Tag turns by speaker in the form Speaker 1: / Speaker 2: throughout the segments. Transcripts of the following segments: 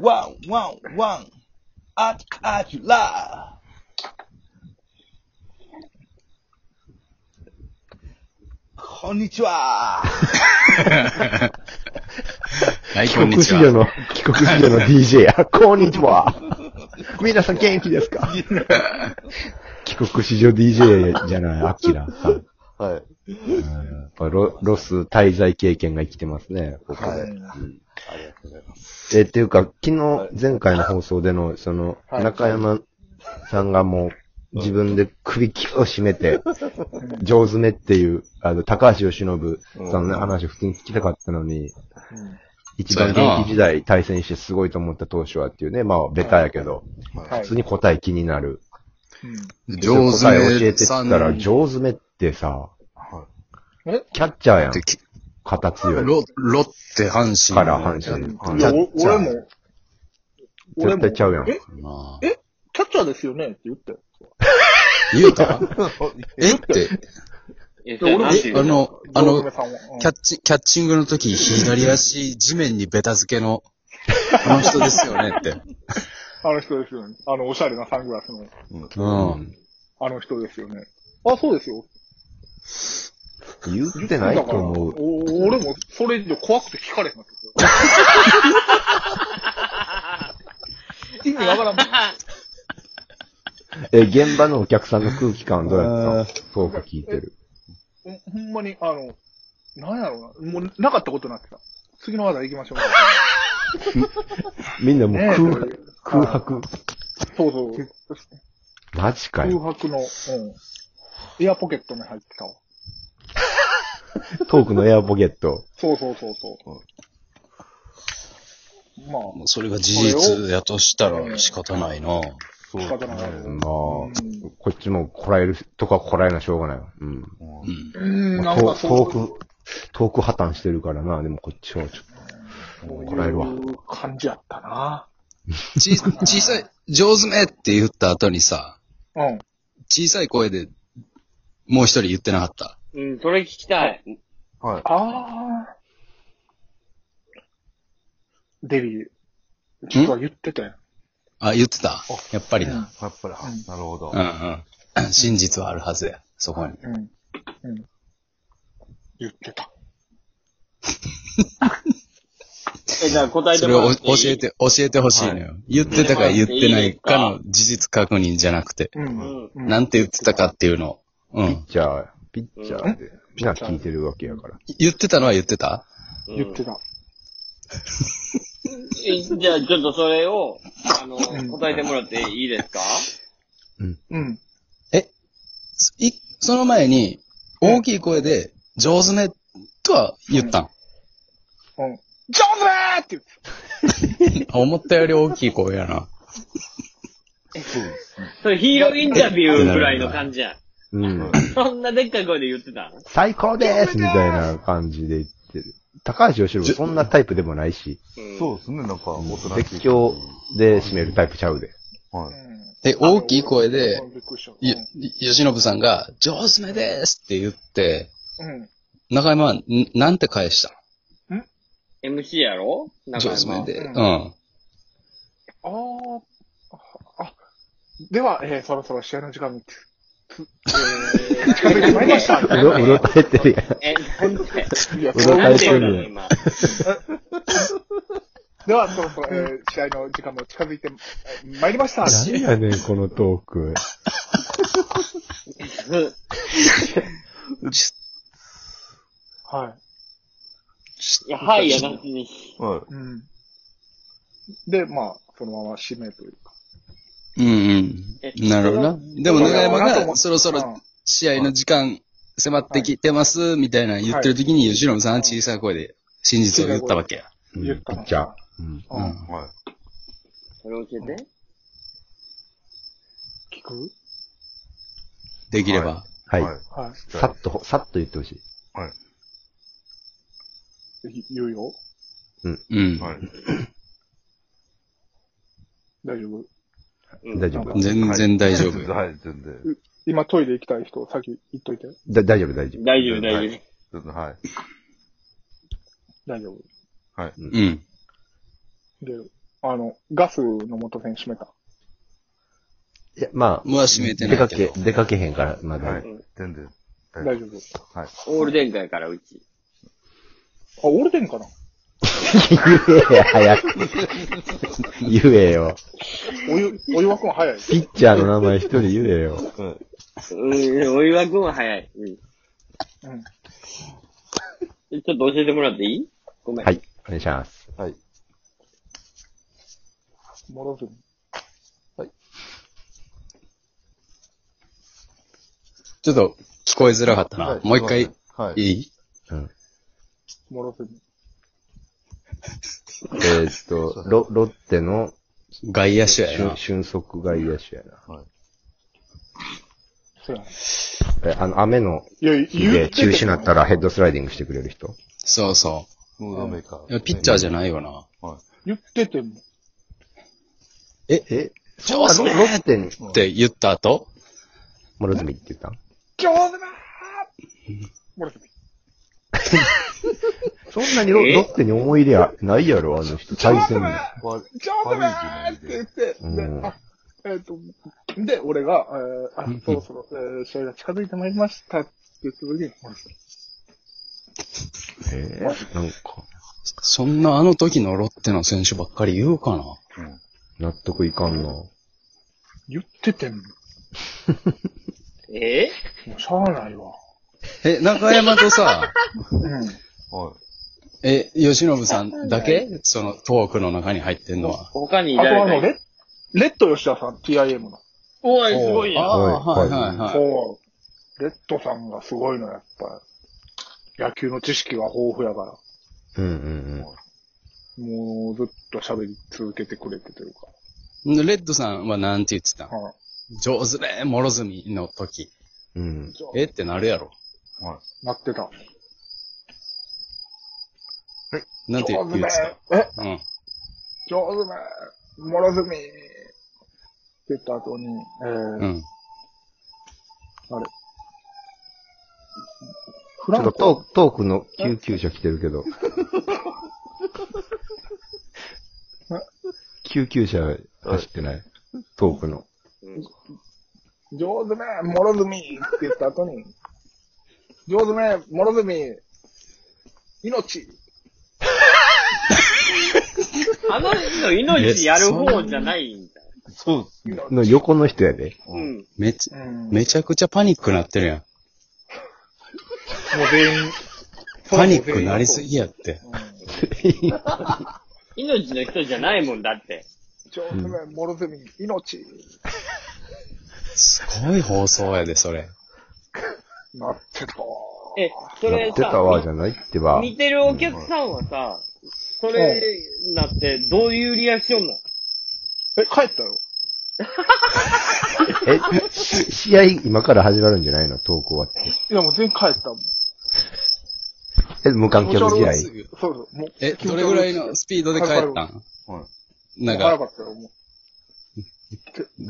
Speaker 1: 444FMC111 アッアキラこんにちは
Speaker 2: はい、
Speaker 3: 帰
Speaker 2: こん
Speaker 3: 国
Speaker 2: に
Speaker 3: 子
Speaker 2: ち
Speaker 3: 女
Speaker 2: は。
Speaker 3: の、帰国子女の DJ や、こんにちは。皆さん元気ですか帰国子女 DJ じゃない、アキラさん。
Speaker 4: はい。
Speaker 3: うんやっぱロロス滞在経験が生きてますね、ここで。
Speaker 4: はい
Speaker 3: うん
Speaker 4: ありがとうございます。
Speaker 3: え、っていうか、昨
Speaker 4: は
Speaker 3: 日
Speaker 4: い、
Speaker 3: 前回の放送での、その、
Speaker 4: はい
Speaker 3: 中山さんがもう、自分で首きを絞めて、上詰めっていう、あの、高橋由伸さんの話を普通に聞きたかったのに、一番現役時代対戦してすごいと思った投手はっていうね、まあ、ベタやけど、
Speaker 4: は
Speaker 3: 普通に答え気になる。
Speaker 2: 上手
Speaker 3: 答え教えてった
Speaker 2: さん
Speaker 3: ら、上詰めってさ、
Speaker 5: え
Speaker 3: キャッチャーやん
Speaker 2: っ。てき
Speaker 3: 肩強い。
Speaker 2: ロロッテ、阪神。
Speaker 3: から阪神。
Speaker 5: いや、
Speaker 3: はい
Speaker 5: お俺も。俺
Speaker 3: 絶
Speaker 5: も
Speaker 3: 対ちゃうやん。
Speaker 5: え、
Speaker 2: まあ
Speaker 5: えキャッチャーですよねって言って。
Speaker 2: 言うたえって、
Speaker 6: え、
Speaker 5: 俺も
Speaker 6: なんて
Speaker 2: あ
Speaker 6: いうの
Speaker 2: の、あ
Speaker 5: 堂上
Speaker 2: の、
Speaker 5: さんはうん
Speaker 2: キャッチ、キャッチングの時、左足、地面にベタ付け の、あの人ですよねって。
Speaker 5: あの人ですよね。あの、おしゃれなサングラスの、
Speaker 2: うん。
Speaker 5: あの人ですよね。あ、そうですよ。
Speaker 3: 言ってないと思う。
Speaker 5: お俺も、それ以上怖くて聞かれへんかった。意味わからんもん。
Speaker 3: え、現場のお客さんの空気感どうやったのトーク聞いてる。
Speaker 5: ほんほんまに、あの、なんやろうな。もう、なかったことになってた。次の話題行きましょう。
Speaker 3: みんなもう
Speaker 5: ねえ
Speaker 3: 空白、空白。
Speaker 5: そうそう。
Speaker 3: マジか
Speaker 5: 空
Speaker 3: よ。
Speaker 5: 白の、うん。エアポケットに入ってたわ。
Speaker 3: トークのエアポケット。
Speaker 5: そうそうそうそう。まあ、
Speaker 2: もうそれが事実やとしたら仕方ないな。
Speaker 4: そ
Speaker 5: 仕方な
Speaker 3: まあ
Speaker 5: い。、
Speaker 3: こ
Speaker 5: うん
Speaker 3: っちもこらえるとかこらえなしょうがないわ。う
Speaker 2: う
Speaker 3: ん。
Speaker 2: ん。
Speaker 5: うん、
Speaker 3: ま
Speaker 5: な
Speaker 3: あ
Speaker 5: ん
Speaker 3: ト
Speaker 5: か
Speaker 3: ー
Speaker 5: そう
Speaker 3: トーク、トーク破綻してるからな。でもこっちはちょっと、
Speaker 5: そう
Speaker 3: こらえるわ。
Speaker 5: いう感じやったな。
Speaker 2: ち、小さい、上手めって言った後にさ、
Speaker 5: うん。
Speaker 2: 小さい声で、もう一人言ってなかった。
Speaker 6: うん、それ聞きたい。
Speaker 4: はい。
Speaker 5: ああ。デビー、実は言ってたよ。
Speaker 2: あ、言ってたやっぱりな。
Speaker 4: やっぱり、はなるほど
Speaker 2: う。んうん。真実はあるはずや。そこに。
Speaker 5: うん。うん。言ってた。
Speaker 6: え、じゃあ答えて
Speaker 2: それ
Speaker 6: もら
Speaker 2: を
Speaker 6: っ
Speaker 2: お
Speaker 6: てい
Speaker 2: 教
Speaker 6: い
Speaker 2: え。て、教えてほしいのよ。言ってたか言ってないかの事実確認じゃなくて、
Speaker 5: う。
Speaker 6: うんん。
Speaker 5: うん
Speaker 2: なんて言ってたかっていうのを。う
Speaker 3: ピッ
Speaker 2: ん。
Speaker 3: チャー、ピッチャーで、みんな聞いてるわけやから。
Speaker 2: 言ってたのは言ってた
Speaker 6: うん
Speaker 5: 言ってた。
Speaker 6: えじゃあ、ちょっとそれを、あの、
Speaker 5: ん
Speaker 6: 答えてもらっていいですか
Speaker 5: うん。
Speaker 2: すいその前に、大きい声で、上手ね、とは言ったん。
Speaker 5: うん。ジョーズだーって言って
Speaker 2: あ思ったより大きい声やな。
Speaker 6: それヒーローインタビューぐらいの感じや。
Speaker 3: うん。
Speaker 6: そんなでっかい声で言ってた
Speaker 3: 最高ですみたいな感じで言ってる。高橋由伸そんなタイプでもないし、
Speaker 6: うん
Speaker 4: そうですね、なんか、大人
Speaker 3: 絶叫で締めるタイプちゃうで。
Speaker 4: は
Speaker 5: た。う
Speaker 4: い。
Speaker 5: ん。
Speaker 2: で、大きい声で
Speaker 5: う、んびっくりした。
Speaker 2: よ、よしのぶさんが、上手ねですって言って、
Speaker 5: うん。
Speaker 2: 中山は、んなんて返した
Speaker 6: MC やろ
Speaker 2: ん
Speaker 6: 中
Speaker 2: 上手
Speaker 6: 山
Speaker 2: ね。で。
Speaker 5: う
Speaker 2: うんん。
Speaker 5: あーあ、では、えー、そろそろ試合の時間につ、つ、えー、近づいてまいりました。
Speaker 3: うろ、うろたえてるやん。
Speaker 6: え、なん で
Speaker 5: いや
Speaker 3: うろた
Speaker 6: な
Speaker 3: え
Speaker 6: んて
Speaker 3: て
Speaker 6: 言う
Speaker 3: る
Speaker 6: の
Speaker 3: やん。
Speaker 6: 今。
Speaker 5: では、そろそろ、えー、試合の時間も近づいてまいりました。
Speaker 3: 何やねん、このトーク。
Speaker 5: はい
Speaker 6: や、はいやなしに。
Speaker 4: はい
Speaker 5: い。うん。で、まあ、そのまま締めというか。
Speaker 2: うん
Speaker 6: え
Speaker 2: うん。なるほどな。でも
Speaker 5: そう
Speaker 2: 中山
Speaker 5: なんかも
Speaker 2: が、
Speaker 5: う
Speaker 2: そろそろ
Speaker 5: うん
Speaker 2: 試合の時間迫ってきてます、みたいなの言ってる時に、吉野さんは小さい声で真実を言ったわけや。
Speaker 3: う
Speaker 5: 言っ
Speaker 3: ん、
Speaker 5: たな
Speaker 3: じゃあ。うん。
Speaker 2: う
Speaker 5: うん。
Speaker 2: ん。
Speaker 4: はい。
Speaker 6: それ教えて。
Speaker 5: 聞く
Speaker 2: できれば。
Speaker 3: はい。
Speaker 4: はい
Speaker 5: は
Speaker 3: さっと、さっと言ってほしい。
Speaker 5: い。言うよ。
Speaker 2: うん。
Speaker 4: はい。
Speaker 5: 大丈夫。
Speaker 6: うん
Speaker 3: 大丈夫。
Speaker 2: 全然大丈夫。
Speaker 4: はい、全然。
Speaker 5: 今トイレ行きたい人、先言っといて。
Speaker 3: だ大丈夫、大丈夫。
Speaker 6: 大丈夫、大丈夫。
Speaker 4: 全然、はい。
Speaker 5: 大丈夫。
Speaker 2: うん。
Speaker 5: で、あの、ガスの元選閉めた。
Speaker 3: いや、まあ、
Speaker 2: もは閉めて
Speaker 3: 出
Speaker 2: ない
Speaker 3: か
Speaker 2: けど
Speaker 3: け、。出かけへんから、ま
Speaker 4: は
Speaker 3: だ
Speaker 4: い。。全然。
Speaker 5: 大
Speaker 4: はい。
Speaker 5: 丈夫。あ、
Speaker 4: はい。
Speaker 6: オール電化やから、うち。
Speaker 5: オールデンかな
Speaker 3: 言えや、早く。 言えよ。
Speaker 5: お湯、お湯沸くの早い。
Speaker 3: ピッチャーの名前一人言えよ。
Speaker 4: うん。
Speaker 6: うん、お湯はくんは早い。う
Speaker 5: う
Speaker 6: ん。
Speaker 5: ん。
Speaker 6: ちょっと教えてもらっていいごめん。
Speaker 3: はい。お願いします。
Speaker 4: はい。
Speaker 5: もろずに。
Speaker 2: ちょっと聞こえづらかったな。もう一回、い
Speaker 4: はい。
Speaker 2: い
Speaker 5: もろずに。
Speaker 3: えーっと、ロ、ロッテの
Speaker 2: 外野手や
Speaker 3: 俊
Speaker 2: な。
Speaker 3: 俊足外野手やな。
Speaker 5: そうやね。
Speaker 3: えあの、雨の
Speaker 5: いや、
Speaker 3: 日で中止になった
Speaker 5: ら。
Speaker 3: らヘッドスライディングしてくれる人。
Speaker 2: そうそ
Speaker 4: ムードメーカー。
Speaker 2: う。いやピッチャー
Speaker 4: じ
Speaker 2: じゃないよな。
Speaker 5: 言ってても。
Speaker 3: え
Speaker 2: 上手
Speaker 3: ロロッテに、
Speaker 2: って言った後、
Speaker 3: 諸角って言ったん
Speaker 5: 上手だーもろずに。
Speaker 3: そんなにロ
Speaker 6: え
Speaker 3: ロッテに思い入れはないやろ、あの人。対戦に。
Speaker 4: ゃ悪
Speaker 5: 上手だーって言って、
Speaker 3: うん
Speaker 5: で、あ、えっ、と、で、俺が、えー、あ、そろそろ、えー、試合が近づいてまいりましたって言った時に、もろずに。
Speaker 3: えーなんか、
Speaker 2: そんなあの時のロッテの選手ばっかり言うかな。
Speaker 3: 納得いかんな。
Speaker 5: 言ってても、
Speaker 6: え
Speaker 5: もうしゃあないわ。
Speaker 2: え、中山と さ、
Speaker 5: うん。
Speaker 4: はい。
Speaker 2: え、吉信さんだけそのトークの中に入ってんのは。
Speaker 6: 他に
Speaker 5: あと
Speaker 6: 誰
Speaker 5: あ
Speaker 6: か
Speaker 5: の、
Speaker 6: いる
Speaker 5: レッ、レッド吉田さん、TIM の。
Speaker 6: おい、すごい
Speaker 2: あ
Speaker 6: やん。
Speaker 2: あ、
Speaker 3: は
Speaker 2: はいいはいはい。
Speaker 5: そう。レッドさんがすごいの、やっぱ。野球の知識が豊富やから。
Speaker 3: うんうん
Speaker 5: もうずっと喋り続けてくれてというか。
Speaker 2: でレッドさんはなんて言ってたん
Speaker 5: は
Speaker 2: 上手ね、諸角の時。
Speaker 3: うん。うん。
Speaker 5: い。
Speaker 2: えってなるやろ。
Speaker 5: なってた。
Speaker 2: なんて言
Speaker 5: 上
Speaker 2: って
Speaker 5: 手ね
Speaker 2: た
Speaker 5: え
Speaker 2: うん。
Speaker 5: 上手ねもろずみって言った後に、えー
Speaker 2: うん。
Speaker 5: フ
Speaker 3: ちょ
Speaker 5: ラ
Speaker 3: っ
Speaker 5: ン
Speaker 3: と
Speaker 5: コ、
Speaker 3: トーク、トークの救急車来てる けど。救急車走ってない。トークの。
Speaker 5: 上手ねもろずみって言った後に、上手ねもろずみ命
Speaker 6: あの人の命やる方じゃないんだ。
Speaker 4: そうっすね。
Speaker 5: 命
Speaker 3: の横の人やで。
Speaker 6: う
Speaker 4: うん
Speaker 6: ん。
Speaker 2: めち
Speaker 5: う、ん。もう
Speaker 2: めちゃくちゃパニックなってるやん。
Speaker 5: 全員、
Speaker 2: パニックなりすぎやって。
Speaker 6: 命の人じゃないもんだって。
Speaker 5: 上手ねもろずみ命
Speaker 2: すごい放送やで、それ。
Speaker 5: なってた。
Speaker 6: え、それ
Speaker 3: やってたわ、じ
Speaker 6: さ、
Speaker 3: ゃないってば。
Speaker 6: 見てるお客さんはさ、それなってどういうリアクションなの
Speaker 5: え、帰ったよ。
Speaker 3: え、し試合今から始まるんじゃないのトーク終わって。
Speaker 5: いや、もう全員帰ったもん。
Speaker 3: え、無観客試合。
Speaker 5: すぐそうそう。もう
Speaker 2: え、どれぐらいのスピードで帰ったん
Speaker 4: はい
Speaker 2: なんか、
Speaker 5: 早かったよ、もう。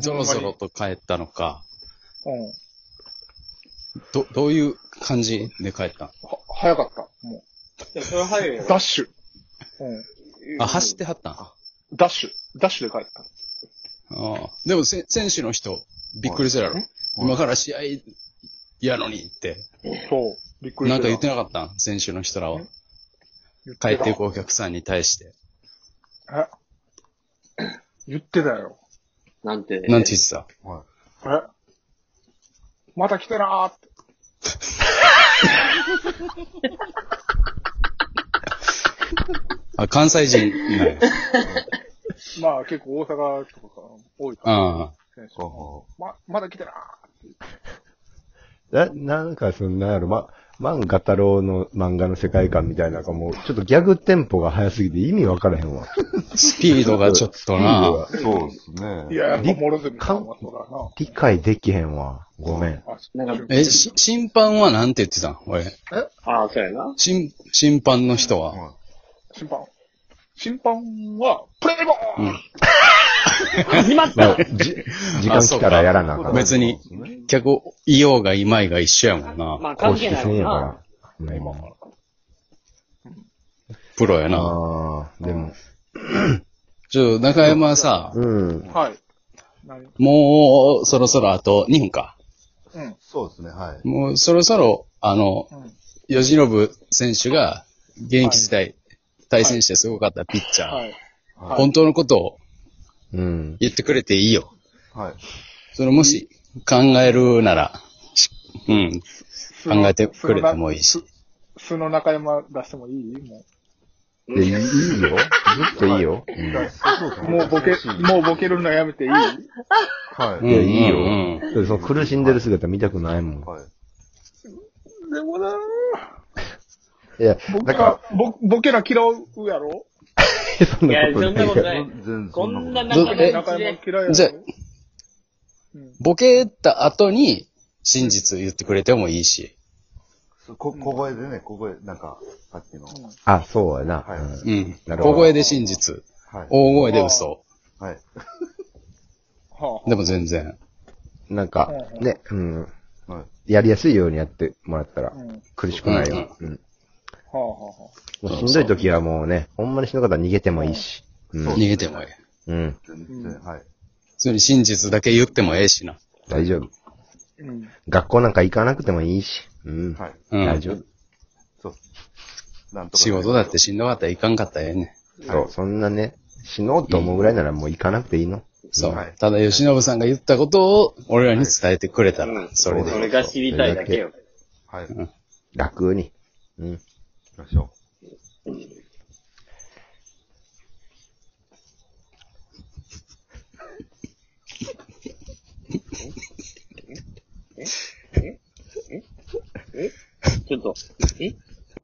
Speaker 2: ぞろぞろと帰ったのか、
Speaker 5: うん。
Speaker 2: ど、どういう感じで帰ったん
Speaker 5: は、早かった。も
Speaker 6: それ入る
Speaker 5: う。ダッシュ。うん。
Speaker 2: あ、走ってはったんあ
Speaker 5: ダッシュ。ダッシュで帰った。
Speaker 2: あ。でもせ、選手の人、びっくりするやろ。今から試合やのにって。
Speaker 5: そう。びっくり
Speaker 2: な
Speaker 5: し
Speaker 2: ん
Speaker 5: た。
Speaker 2: か言ってなかったん選手の人らは。帰
Speaker 5: 言
Speaker 2: っていく
Speaker 5: こ
Speaker 2: お客さんに対して。
Speaker 5: う。え言ってたよ。
Speaker 6: なん
Speaker 2: な
Speaker 6: て。
Speaker 2: んて言ってた
Speaker 5: えまた来てなーって。
Speaker 2: あ、関西人なんや。
Speaker 5: まあ結構大阪とかから多いから、
Speaker 2: あ
Speaker 5: 選手
Speaker 4: ほうほ
Speaker 5: ま、まだ来てなー
Speaker 3: な、なんかそんなんやろ、ま、漫画太郎の漫画の世界観みたいなのがもう、ちょっとギャグテンポが早すぎて意味わからへんわ。
Speaker 2: あ。スピードがちょっとな。
Speaker 4: うそうっすね。
Speaker 5: いや、やっぱ諸角さんはそうだ
Speaker 3: 理解できへんわ。ごめん。
Speaker 5: な。あ、
Speaker 6: なんか
Speaker 2: え、し審判はなんて言ってたん俺。
Speaker 6: ああ、そうやな。
Speaker 2: 審、審判の人は。
Speaker 5: 審判。審判は、プレイボール、
Speaker 6: 始まっ
Speaker 3: まあ
Speaker 6: た、
Speaker 3: じ、時間来たらやらなあかん。
Speaker 2: 別に、客、いようがいまいが一緒やもんな。
Speaker 6: ま
Speaker 3: 公
Speaker 6: あ関係
Speaker 3: 式
Speaker 6: ない
Speaker 3: 戦や
Speaker 6: な。
Speaker 3: から。うん
Speaker 2: プロやな。
Speaker 3: ああ、でも、
Speaker 2: ちょ、中山はさ、
Speaker 3: うん。
Speaker 5: はい。何
Speaker 2: もう、そろそろあと2分か。
Speaker 5: うん。
Speaker 4: そうですね、はい。
Speaker 2: もう、そろそろ、あの、
Speaker 5: うん。
Speaker 2: 吉信選手が、現役時代、対戦してすごかったピッチャー。
Speaker 5: はい。い
Speaker 2: 本当のことを
Speaker 3: うん。
Speaker 2: 言ってくれていいよ。
Speaker 4: はい。
Speaker 2: それもし、考えるなら、しうん、
Speaker 5: 素の
Speaker 2: 考えてくれてもいいし。。
Speaker 5: 素の中山出してもいいも
Speaker 3: で、いいいいよ。ずっといいよ。
Speaker 5: うもうボケ、もうボケるのやめていい
Speaker 4: は
Speaker 2: う
Speaker 4: い。
Speaker 2: ん
Speaker 3: いやいいよ
Speaker 2: うん
Speaker 3: だってその苦しんでる姿見たくないもん。
Speaker 4: はい。
Speaker 5: でもなぁ
Speaker 3: いや、
Speaker 5: 僕
Speaker 3: だか
Speaker 5: は、ぼボケら嫌うやろ
Speaker 3: ら、そん
Speaker 6: いや
Speaker 3: な、こと
Speaker 6: そん
Speaker 3: ないよ。
Speaker 6: なことない。
Speaker 4: 全然
Speaker 6: こ
Speaker 4: そんなんこと
Speaker 6: な
Speaker 4: な
Speaker 2: ど
Speaker 4: い。
Speaker 6: 中
Speaker 2: え
Speaker 6: で
Speaker 5: 中山嫌いやろ
Speaker 2: じゃあ
Speaker 5: うん
Speaker 2: ボケた後に、真実言ってくれてもいいし。
Speaker 4: こ小声でね、小声、なんか、さっきの。
Speaker 3: あ、そうやな。
Speaker 4: はい
Speaker 3: うん
Speaker 2: うん。
Speaker 3: なるほ
Speaker 2: 小
Speaker 3: ど
Speaker 2: 声で真実、
Speaker 4: はい。
Speaker 2: 大声で嘘。
Speaker 4: はい。
Speaker 5: は
Speaker 2: でも全然。
Speaker 3: なんか
Speaker 5: はいは、い
Speaker 3: ね、うん。
Speaker 4: はい。
Speaker 3: やりやすいようにやってもらったら
Speaker 5: あ、うん。は
Speaker 3: 苦しくないよ。うん。
Speaker 5: あはあは
Speaker 3: もうしんどい時はもうね、ほんまにしんどかったら逃げてもいいし。うん
Speaker 2: 逃。げてもいい。
Speaker 3: うん。
Speaker 4: 全然、はい。
Speaker 2: 普通に真実だけ言ってもええしな。
Speaker 3: 大丈夫。
Speaker 5: あうん。
Speaker 3: 学校なんか行かなくてもいいし。うん。
Speaker 4: はい。
Speaker 2: う
Speaker 3: 大
Speaker 2: ん。
Speaker 3: 丈夫。
Speaker 4: そうっす。なんとか。
Speaker 2: 仕事だってしんどかったらいかんかったらええねん。
Speaker 3: そう、そんなね、死のうと思うぐらいならもう行かなくていいの。
Speaker 2: そう。
Speaker 4: はい
Speaker 2: ただ、吉信さんが言ったことを、俺らに伝えてくれたら、
Speaker 6: うん
Speaker 2: それで。
Speaker 6: それが知りたいだけよ。
Speaker 4: はい。
Speaker 2: ん
Speaker 4: 行
Speaker 3: 楽に。うん。
Speaker 4: きましょ
Speaker 6: ちょっと、え